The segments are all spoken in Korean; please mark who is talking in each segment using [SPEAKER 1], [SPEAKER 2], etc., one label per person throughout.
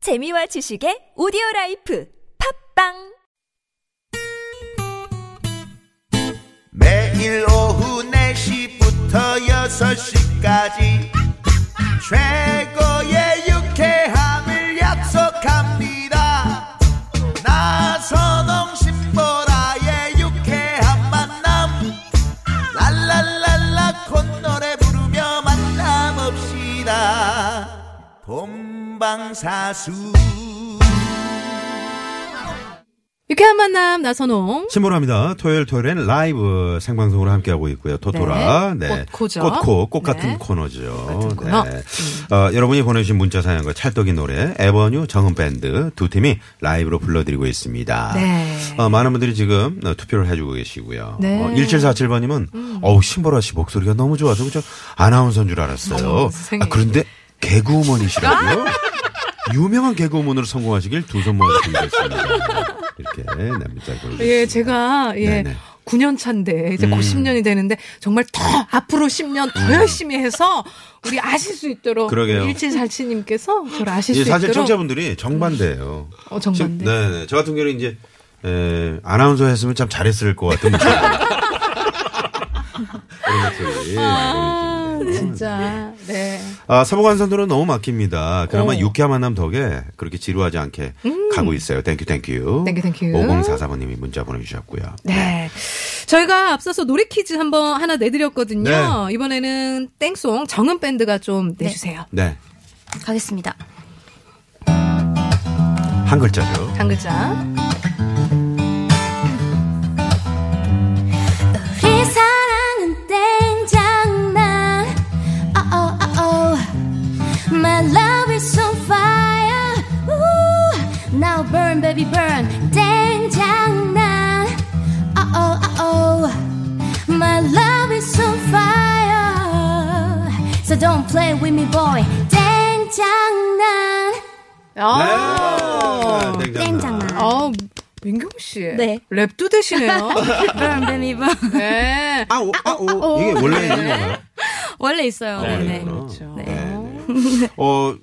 [SPEAKER 1] 재미와 지식의 오디오 라이프 팝빵!
[SPEAKER 2] 매일 오후 4시부터 6시까지 최고의 유쾌함을 약속합니다 나선홍 신보라의 유쾌한 만남 랄랄랄라 콧노래 부르며 만남없시다 본방사수
[SPEAKER 3] 유쾌한 만남 나선홍.
[SPEAKER 4] 신보라입니다. 토요일 토요일엔 라이브 생방송으로 함께하고 있고요. 토토라.
[SPEAKER 3] 네. 꽃코죠.
[SPEAKER 4] 꽃코. 꽃 같은
[SPEAKER 3] 네.
[SPEAKER 4] 코너죠.
[SPEAKER 3] 같은 코너. 음.
[SPEAKER 4] 어, 여러분이 보내주신 문자 사연과 찰떡인 노래 에버뉴 정은밴드 두 팀이 라이브로 불러드리고 있습니다.
[SPEAKER 3] 네.
[SPEAKER 4] 어, 많은 분들이 지금 어, 투표를 해주고 계시고요.
[SPEAKER 3] 네. 음.
[SPEAKER 4] 어, 1747번님은 어우 신보라 씨 목소리가 너무 좋아서 그저 아나운서인 줄 알았어요.
[SPEAKER 3] 어머, 세상에.
[SPEAKER 4] 아, 그런데 개그우먼이시라고요? 유명한 개그우먼으로 성공하시길 두 손 모아 드리겠습니다. 이렇게 네, 문자 보내주셨습니다.
[SPEAKER 3] 예, 제가 예.
[SPEAKER 4] 네네. 음.
[SPEAKER 3] 9년 차인데 이제 곧 10년이 되는데 정말 더 앞으로 10년 더 열심히 해서 우리 아실 수 있도록
[SPEAKER 4] 그러게요.
[SPEAKER 3] 일칠살치님께서 저를 아실
[SPEAKER 4] 이
[SPEAKER 3] 수
[SPEAKER 4] 사실
[SPEAKER 3] 있도록
[SPEAKER 4] 청자분들이 정반대예요.
[SPEAKER 3] 어, 정반대.
[SPEAKER 4] 네, 네. 저 같은 경우는 이제 에, 아나운서 했으면 참 잘했을 것 같은 목소리.
[SPEAKER 3] 아,
[SPEAKER 4] 음.
[SPEAKER 3] 진짜 네.
[SPEAKER 4] 아, 서부간선도로 너무 막힙니다. 그나마
[SPEAKER 3] 어. 음.
[SPEAKER 4] 유쾌한 만남 덕에 그렇게 지루하지 않게 가고 있어요. 땡큐, 땡큐.
[SPEAKER 3] 땡큐, 땡큐.
[SPEAKER 4] 5044번님이 문자 보내주셨고요.
[SPEAKER 3] 네. 저희가 앞서서 노래 퀴즈 한번 하나 내드렸거든요.
[SPEAKER 4] 네.
[SPEAKER 3] 이번에는 땡송 정은 밴드가 좀 내주세요.
[SPEAKER 4] 네.
[SPEAKER 5] 가겠습니다.
[SPEAKER 4] 한 글자죠.
[SPEAKER 3] 한 글자.
[SPEAKER 5] 우리 사랑은 땡장난. Oh, oh, oh, oh. My love is on fire. Ooh. Now burn, baby, burn. 땡장난. Oh, oh, oh, oh. My love is on fire. So don't play with me, boy. 땡장난.
[SPEAKER 3] 아.
[SPEAKER 4] 네.
[SPEAKER 5] 어, 땡장난.
[SPEAKER 3] 아, 민경 씨.
[SPEAKER 5] 네.
[SPEAKER 3] 랩도 되시네요.
[SPEAKER 5] burn, baby, burn.
[SPEAKER 3] 네.
[SPEAKER 4] 아오, 아오. 이게 원래 있는 건가요?
[SPEAKER 5] 원래 있어요.
[SPEAKER 4] 네,
[SPEAKER 5] 네.
[SPEAKER 4] 그렇죠. 네. 어,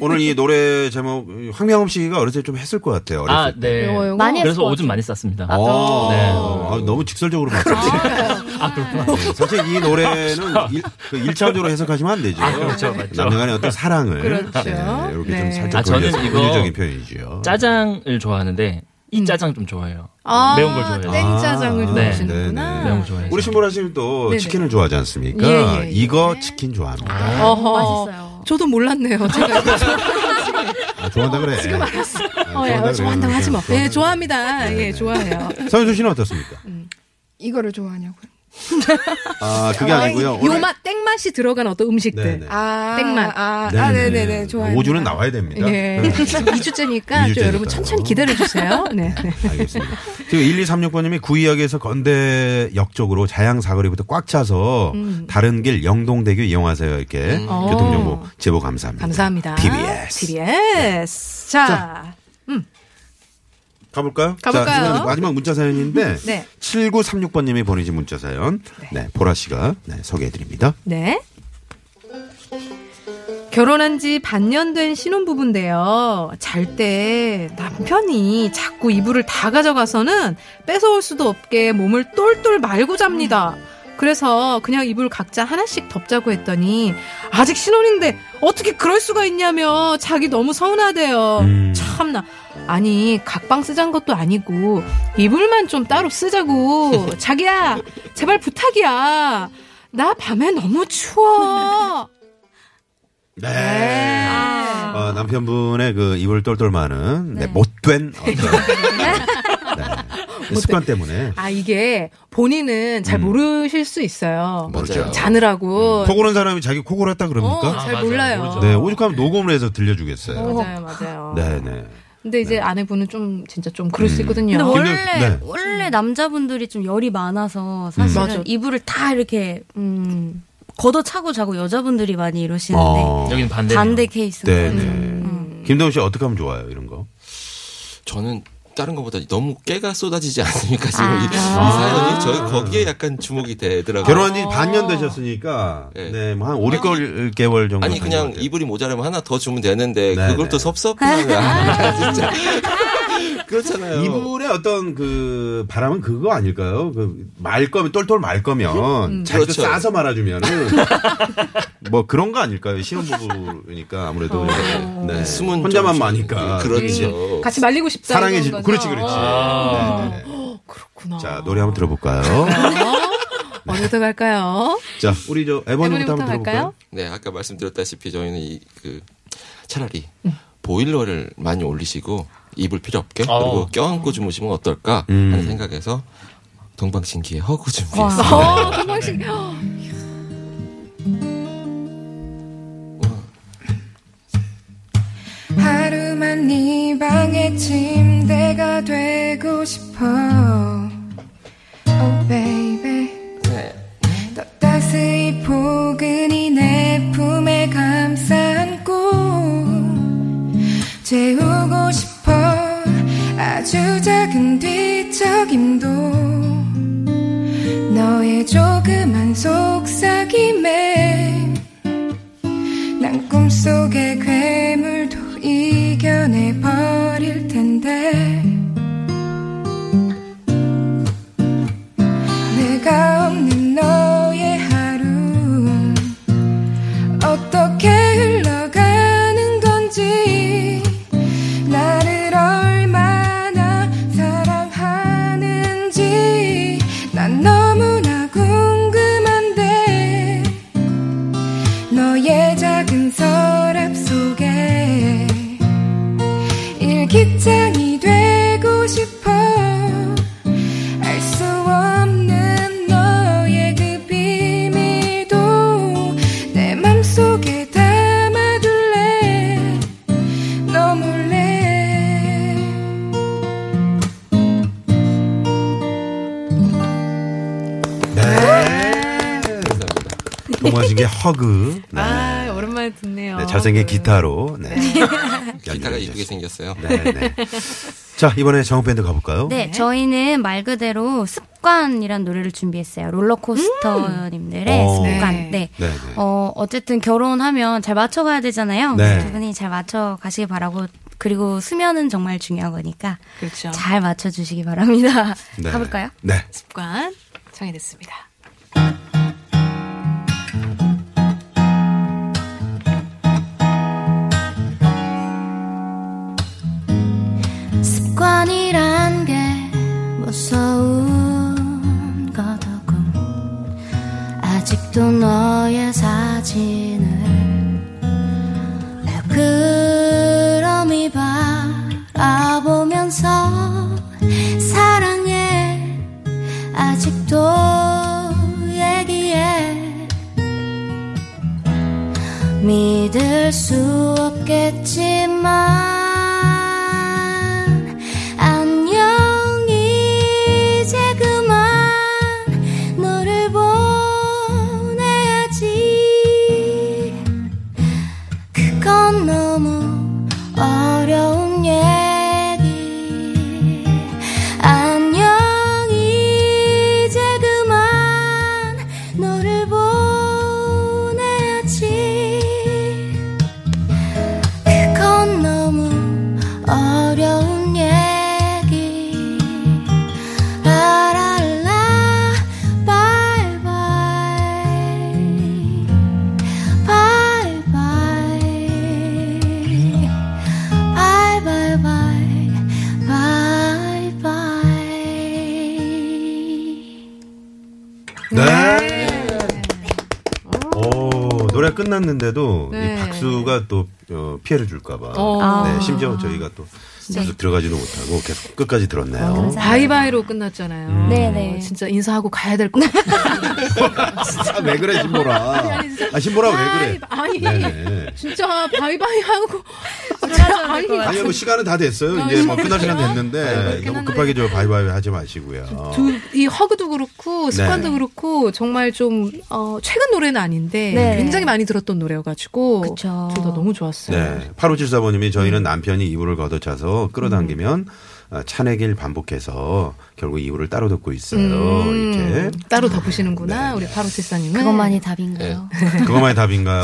[SPEAKER 4] 오늘 이 노래 제목, 황명음 씨가 어렸을 때 좀 했을 것 같아요. 어렸을
[SPEAKER 6] 아,
[SPEAKER 4] 때.
[SPEAKER 6] 네.
[SPEAKER 3] 요거, 요거.
[SPEAKER 5] 많이
[SPEAKER 6] 그래서
[SPEAKER 5] 했을
[SPEAKER 6] 오줌 많이 쌌습니다.
[SPEAKER 4] 아,
[SPEAKER 6] 네.
[SPEAKER 4] 아, 너무 직설적으로 맞췄어요. 네,
[SPEAKER 6] 아, 그렇구나.
[SPEAKER 4] 사실 이 노래는 일, 그 1차원적으로 해석하시면 안 되죠.
[SPEAKER 6] 아, 그렇죠. 맞죠.
[SPEAKER 4] 남녀간의 어떤 사랑을
[SPEAKER 3] 그렇죠.
[SPEAKER 4] 이렇게
[SPEAKER 3] 네.
[SPEAKER 4] 좀 살짝
[SPEAKER 6] 아, 저는
[SPEAKER 4] 돌려서
[SPEAKER 6] 이거
[SPEAKER 4] 은유적인 표현이죠.
[SPEAKER 6] 짜장을 좋아하는데 이 짜장 좀 좋아해요.
[SPEAKER 3] 음. 아,
[SPEAKER 6] 매운 걸 좋아해요.
[SPEAKER 3] 땡짜장을
[SPEAKER 4] 아,
[SPEAKER 3] 좋아하시는구나.
[SPEAKER 4] 네,
[SPEAKER 6] 매운 거 좋아해요.
[SPEAKER 4] 우리 신보라 씨는 또
[SPEAKER 3] 네네.
[SPEAKER 4] 치킨을 좋아하지 않습니까?
[SPEAKER 3] 예, 예, 예.
[SPEAKER 4] 이거 치킨 좋아합니다.
[SPEAKER 3] 어허.
[SPEAKER 5] 맛있어요.
[SPEAKER 3] 저도 몰랐네요. 제가 이거 좀-
[SPEAKER 4] 아, 좋아한다 그래. 네, 지금 알았어.
[SPEAKER 3] 어, 좋아한다고 하지 마. 예, 좋아합니다. 예, 좋아해요.
[SPEAKER 4] 서윤수 씨는 어떻습니까?
[SPEAKER 7] 이거를 좋아하냐고요?
[SPEAKER 4] 아, 그게 아니고요. 오늘-
[SPEAKER 3] 요맛 땡맛이 들어간 어떤 음식들.
[SPEAKER 4] 네네.
[SPEAKER 7] 아,
[SPEAKER 3] 땡맛.
[SPEAKER 7] 아, 아, 네네네. 좋아요.
[SPEAKER 4] 오주는 나와야 됩니다.
[SPEAKER 3] 예.
[SPEAKER 4] 네.
[SPEAKER 3] 지금 2주째니까 좀
[SPEAKER 4] 이주째니까요.
[SPEAKER 3] 여러분 천천히 기다려 주세요. 네. 네.
[SPEAKER 4] 알겠습니다. 지금 1236번님이 구이역에서 건대 역 쪽으로 자양 사거리부터 꽉 차서 다른 길 영동대교 이용하세요. 이렇게 교통정보 제보 감사합니다.
[SPEAKER 3] 감사합니다.
[SPEAKER 4] TBS.
[SPEAKER 3] TBS. 자.
[SPEAKER 4] 가볼까요?
[SPEAKER 3] 가볼까요?
[SPEAKER 4] 자, 이번엔 마지막 문자 사연인데
[SPEAKER 3] 네.
[SPEAKER 4] 7936번님이 보내신 문자 사연. 네, 보라 씨가 네, 소개해드립니다.
[SPEAKER 3] 네. 결혼한 지 반년 된 신혼부부인데요. 잘 때 남편이 자꾸 이불을 다 가져가서는 뺏어올 수도 없게 몸을 똘똘 말고 잡니다. 그래서 그냥 이불 각자 하나씩 덮자고 했더니 아직 신혼인데 어떻게 그럴 수가 있냐며 자기 너무 서운하대요.
[SPEAKER 4] 음.
[SPEAKER 3] 참나. 아니, 각방 쓰잔 것도 아니고 이불만 좀 따로 쓰자고. 자기야, 제발 부탁이야. 나 밤에 너무 추워.
[SPEAKER 4] 네.
[SPEAKER 3] 아.
[SPEAKER 4] 어, 남편분의 그 입을 똘똘 마는 네, 못된 어떤 네, 습관 때문에
[SPEAKER 3] 아, 이게 본인은 잘
[SPEAKER 4] 음.
[SPEAKER 3] 모르실 수 있어요.
[SPEAKER 6] 뭐.
[SPEAKER 4] 모르죠.
[SPEAKER 3] 자느라고.
[SPEAKER 4] 코 고는 사람이 자기 코 골았다 그럽니까?
[SPEAKER 3] 어, 잘
[SPEAKER 6] 음. 아, 맞아요.
[SPEAKER 3] 몰라요.
[SPEAKER 6] 모르죠.
[SPEAKER 4] 네, 오죽하면 녹음을 해서 들려주겠어요.
[SPEAKER 3] 맞아요, 맞아요.
[SPEAKER 4] 네네. 음.
[SPEAKER 3] 근데 이제 아내분은 좀 진짜 좀 그럴 수 있거든요.
[SPEAKER 5] 근데 원래
[SPEAKER 4] 네. 음,
[SPEAKER 5] 원래 남자분들이 좀 열이 많아서 사실은
[SPEAKER 3] 맞아.
[SPEAKER 5] 이불을 다 이렇게 음 걷어차고 자고 여자분들이 많이
[SPEAKER 3] 네,
[SPEAKER 5] 이러시는데
[SPEAKER 4] 어.
[SPEAKER 6] 여기는 반대.
[SPEAKER 4] 네.
[SPEAKER 5] 반대 케이스.
[SPEAKER 3] 음.
[SPEAKER 4] 네네. 김동훈 씨 어떻게 하면 좋아요, 이런 거?
[SPEAKER 8] 저는 다른 것보다 너무 깨가 쏟아지지 않습니까? 지금 이, 이 사연이 저 거기에 약간 주목이 되더라고요.
[SPEAKER 4] 결혼한
[SPEAKER 3] 아.
[SPEAKER 4] 지 반년 되셨으니까
[SPEAKER 8] 네.
[SPEAKER 4] 네, 뭐한 5, 6개월 정도
[SPEAKER 8] 아니
[SPEAKER 4] 된것
[SPEAKER 8] 그냥
[SPEAKER 4] 같아요.
[SPEAKER 8] 이불이 모자라면 하나 더 주면 되는데
[SPEAKER 4] 네,
[SPEAKER 8] 그걸
[SPEAKER 4] 네.
[SPEAKER 8] 또 섭섭해요. 아, 진짜. 그렇잖아요.
[SPEAKER 4] 이불의 어떤 그 바람은 그거 아닐까요? 그 말 거면 똘똘 말 거면
[SPEAKER 3] 음.
[SPEAKER 4] 자기도
[SPEAKER 8] 그렇죠.
[SPEAKER 4] 싸서 말아주면은 뭐 그런 거 아닐까요? 신혼부부니까 아무래도
[SPEAKER 3] 어.
[SPEAKER 4] 네.
[SPEAKER 8] 숨은
[SPEAKER 4] 혼자만
[SPEAKER 8] 좀-
[SPEAKER 4] 마니까 음.
[SPEAKER 8] 그렇죠.
[SPEAKER 3] 같이 말리고 싶다.
[SPEAKER 4] 어. 사랑해 지
[SPEAKER 3] 이런 네. 거죠?
[SPEAKER 4] 그렇지 그렇지.
[SPEAKER 6] 아.
[SPEAKER 4] 네, 네.
[SPEAKER 3] 그렇구나.
[SPEAKER 4] 자 노래 한번 들어볼까요?
[SPEAKER 3] 어? 어디부터 갈까요?
[SPEAKER 4] 자 우리 저 에버님부터
[SPEAKER 3] 에버님부터
[SPEAKER 4] 한번 들어볼까요?
[SPEAKER 3] 갈까요?
[SPEAKER 8] 네, 아까 말씀드렸다시피 저희는 이 그 차라리 보일러를 많이 올리시고 입을 필요 없게
[SPEAKER 6] 어.
[SPEAKER 8] 그리고 껴안고 주무시면 어떨까
[SPEAKER 4] 음.
[SPEAKER 8] 하는 생각에서 동방신기의 허구 준비했습니다.
[SPEAKER 3] 어,
[SPEAKER 4] 네.
[SPEAKER 3] 동방신.
[SPEAKER 7] 하루만 네 방의 침대가 되고 싶어 Oh baby 더 따스히 포근히 내 품에 감싸 안고 재우고 싶어 아주 작은 뒤척임도 너의 조그만 속삭임에 난 꿈속의 괴물도 이겨내 버릴 텐데 내가 없는 너의 하루 어떻게 흘러가는 건지 나를 얼마나 사랑하는지 난 너무나 궁금한데 너의 작은 서랍 속에 일기장이 되고 싶어 알 수 없는 너의 그 비밀도 내 맘속에 담아둘래 너 몰래
[SPEAKER 4] 네. 동화신계 허그. 네.
[SPEAKER 3] 아, 오랜만에 듣네요.
[SPEAKER 4] 네, 잘생긴 기타로. 네.
[SPEAKER 8] 기타가
[SPEAKER 4] 연주해
[SPEAKER 8] 이쁘게
[SPEAKER 4] 주셨습니다.
[SPEAKER 8] 생겼어요.
[SPEAKER 4] 네, 네. 자 이번에 정우 밴드 가볼까요?
[SPEAKER 5] 네, 저희는 말 그대로 습관이란 노래를 준비했어요. 롤러코스터님들의
[SPEAKER 4] 오.
[SPEAKER 5] 습관.
[SPEAKER 3] 네.
[SPEAKER 5] 네.
[SPEAKER 4] 음. 네, 네.
[SPEAKER 5] 어, 어쨌든 결혼하면 잘 맞춰가야 되잖아요.
[SPEAKER 4] 네.
[SPEAKER 5] 두 분이 잘 맞춰가시길 바라고, 그리고 수면은 정말 중요한 거니까
[SPEAKER 3] 그렇죠.
[SPEAKER 5] 잘 맞춰주시기 바랍니다.
[SPEAKER 4] 네.
[SPEAKER 5] 가볼까요?
[SPEAKER 4] 네.
[SPEAKER 3] 습관 정해됐습니다.
[SPEAKER 5] 습관이란 게 무서운 거더군 아직도 너의 사진을 그럼이 바라보면서 사랑해 아직도 얘기해 믿을 수 없겠지만 안녕 이제 그만 너를 보내야지 그건 너무 어려운 얘기 안녕 이제 그만 너를 보내야지 그건 너무 어려운 얘기 라랄라 바이바이 바이바이 바이바이바이 바이바이
[SPEAKER 4] 네. 오, 노래 끝났는데도
[SPEAKER 3] 네.
[SPEAKER 4] 이 박수가 또 어, 피해를 줄까봐.
[SPEAKER 3] 어.
[SPEAKER 4] 네, 심지어 저희가 또 계속 들어가지도 못하고 계속 끝까지 들었네요.
[SPEAKER 3] 어.
[SPEAKER 4] 음.
[SPEAKER 3] 바이바이로 끝났잖아요.
[SPEAKER 5] 네네.
[SPEAKER 3] 어, 진짜 인사하고 가야 될 것 같아요.
[SPEAKER 4] 아, 왜 그래, 신보라. 아, 신보라 왜 그래.
[SPEAKER 3] 아니,
[SPEAKER 4] 네네.
[SPEAKER 3] 진짜 바이바이 하고. 진짜 아니,
[SPEAKER 4] 아니, 뭐 시간은 다 됐어요. 이제 뭐 끝날 시간 됐는데 너무 급하게 저 바이바이 하지 마시고요.
[SPEAKER 3] 두, 이 허그도 그렇고 습관도
[SPEAKER 4] 네.
[SPEAKER 3] 그렇고 정말 좀 어, 최근 노래는 아닌데
[SPEAKER 5] 네.
[SPEAKER 3] 굉장히 많이 들었던 노래여가지고
[SPEAKER 5] 그쵸.
[SPEAKER 3] 둘 다 너무 좋았어요.
[SPEAKER 4] 네. 8574번님이 저희는 남편이 이불을 걷어차서 끌어당기면 어, 차내길 반복해서 결국 이유를 따로 듣고 있어요.
[SPEAKER 3] 음,
[SPEAKER 4] 이렇게. 네.
[SPEAKER 3] 따로 덮으시는구나 우리 바로 칠사님은.
[SPEAKER 5] 그것만이 답인가요?
[SPEAKER 4] 그것만이 답인가요?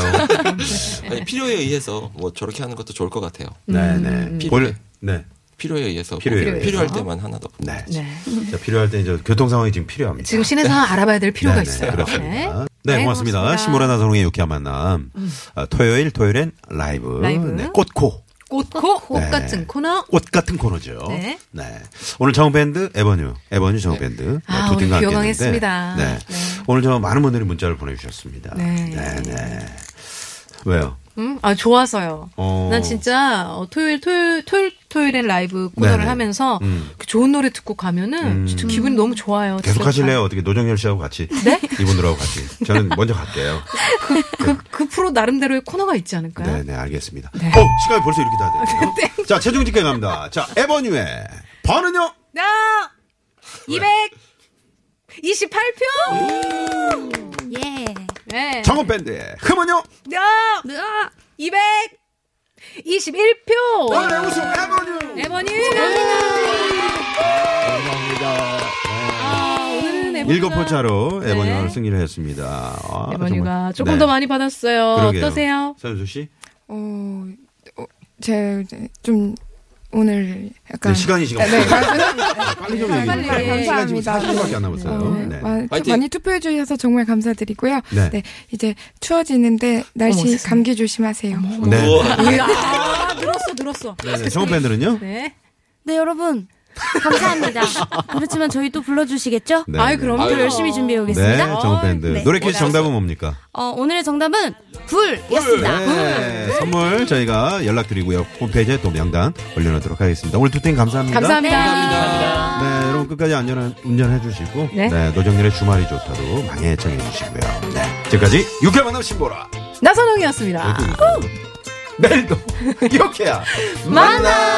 [SPEAKER 8] 아니, 필요에 의해서 뭐 저렇게 하는 것도 좋을 것 같아요.
[SPEAKER 4] 네네. 볼, 네.
[SPEAKER 8] 필요에 의해서 꼭
[SPEAKER 4] 필요에 의해서.
[SPEAKER 8] 필요할 때만 하나 더.
[SPEAKER 4] 네.
[SPEAKER 3] 네.
[SPEAKER 4] 자, 필요할 때 이제 교통 상황이 지금 필요합니다.
[SPEAKER 3] 지금 신의 상황 알아봐야 될 필요가
[SPEAKER 4] 네네,
[SPEAKER 3] 있어요.
[SPEAKER 4] 그렇습니다.
[SPEAKER 3] 네.
[SPEAKER 4] 네,
[SPEAKER 3] 네,
[SPEAKER 4] 고맙습니다.
[SPEAKER 3] 고맙습니다.
[SPEAKER 4] 시모라나 성의 유쾌한 만남. 아, 토요일, 토요일엔 라이브.
[SPEAKER 3] 라이브.
[SPEAKER 4] 네, 꽃코.
[SPEAKER 3] 꽃코 꽃
[SPEAKER 4] 네.
[SPEAKER 3] 같은 코너.
[SPEAKER 4] 꽃 같은 코너죠.
[SPEAKER 3] 네.
[SPEAKER 4] 네. 오늘 정밴드 에버뉴, 에버뉴 정밴드 네.
[SPEAKER 3] 아,
[SPEAKER 4] 두
[SPEAKER 3] 오늘
[SPEAKER 4] 팀과 함께
[SPEAKER 3] 귀여워했습니다.
[SPEAKER 4] 했는데, 네. 오늘 저 많은 분들이 문자를 보내주셨습니다.
[SPEAKER 3] 네.
[SPEAKER 4] 네, 네. 왜요?
[SPEAKER 3] 음, 아 좋아서요.
[SPEAKER 4] 어.
[SPEAKER 3] 난 진짜 어, 토요일 토요일 토요일 토요일엔 라이브 코너를
[SPEAKER 4] 네네.
[SPEAKER 3] 하면서
[SPEAKER 4] 음.
[SPEAKER 3] 그 좋은 노래 듣고 가면은 진짜 기분이 너무 좋아요.
[SPEAKER 4] 계속
[SPEAKER 3] 진짜.
[SPEAKER 4] 하실래요? 어떻게 노정열 씨하고 같이?
[SPEAKER 3] 네?
[SPEAKER 4] 이분들하고 같이. 저는 먼저 갈게요.
[SPEAKER 3] 그, 그 프로 나름대로의 코너가 있지 않을까요?
[SPEAKER 4] 네, 네, 알겠습니다.
[SPEAKER 3] 네.
[SPEAKER 4] 어, 시간이 벌써 이렇게 다 됐네요. 자, 최종 집계 갑니다. 자, 에버뉴의 번은요?
[SPEAKER 3] 나 228표.
[SPEAKER 5] 예.
[SPEAKER 3] 네.
[SPEAKER 4] 정원밴드의 흠은요?
[SPEAKER 3] 나 221표.
[SPEAKER 4] 오늘의 우승 에버뉴!
[SPEAKER 3] 에버니.
[SPEAKER 4] 감사합니다.
[SPEAKER 3] 아, 오늘은 에버니가-
[SPEAKER 4] 일곱 포차로
[SPEAKER 3] 네.
[SPEAKER 4] 에버뉴가 승리를 했습니다. 아,
[SPEAKER 3] 에버니가
[SPEAKER 4] 정말.
[SPEAKER 3] 조금
[SPEAKER 4] 네.
[SPEAKER 3] 더 많이 받았어요.
[SPEAKER 4] 그러게요.
[SPEAKER 3] 어떠세요?
[SPEAKER 4] 서현수 씨?
[SPEAKER 7] 어, 어, 제, 좀, 오늘 약간.
[SPEAKER 4] 네, 시간이 지금
[SPEAKER 7] 네,
[SPEAKER 4] 없어요.
[SPEAKER 7] 빨리
[SPEAKER 4] 좀 얘기해 주세요.
[SPEAKER 3] 빨리.
[SPEAKER 4] 시간 지금
[SPEAKER 7] 감사합니다.
[SPEAKER 4] 40분밖에 안 남았어요.
[SPEAKER 7] 네,
[SPEAKER 4] 네.
[SPEAKER 7] 많이,
[SPEAKER 8] 파이팅!
[SPEAKER 7] 많이 투표해 주셔서 정말 감사드리고요.
[SPEAKER 4] 네.
[SPEAKER 7] 네. 이제 추워지는데 날씨
[SPEAKER 3] 어머, 세상에.
[SPEAKER 7] 감기 조심하세요.
[SPEAKER 4] 네.
[SPEAKER 3] 아, 늘었어, 늘었어.
[SPEAKER 4] 네. 정원밴드는요?
[SPEAKER 3] 네.
[SPEAKER 5] 네, 여러분. 감사합니다. 그렇지만 저희 또 불러주시겠죠?
[SPEAKER 4] 네.
[SPEAKER 3] 아이, 그럼
[SPEAKER 5] 또 열심히 준비해
[SPEAKER 4] 네,
[SPEAKER 5] 오겠습니다.
[SPEAKER 4] 정원밴드.
[SPEAKER 5] 네.
[SPEAKER 4] 노래 퀴즈 정답은 뭡니까?
[SPEAKER 5] 어, 오늘의 정답은 불이었습니다.
[SPEAKER 4] 네, 선물 저희가 연락드리고요. 홈페이지에 또 명단 올려놓도록 하겠습니다. 오늘 두 팀 감사합니다.
[SPEAKER 3] 감사합니다.
[SPEAKER 4] 네, 여러분 끝까지 안전한 운전해 주시고
[SPEAKER 3] 네.
[SPEAKER 4] 네. 노정렬의 주말이 좋다도 많이 애청해 주시고요. 네, 지금까지 유쾌 만남 신보라 네.
[SPEAKER 3] 나선홍이었습니다.
[SPEAKER 4] 내일도 유쾌야
[SPEAKER 3] 만나!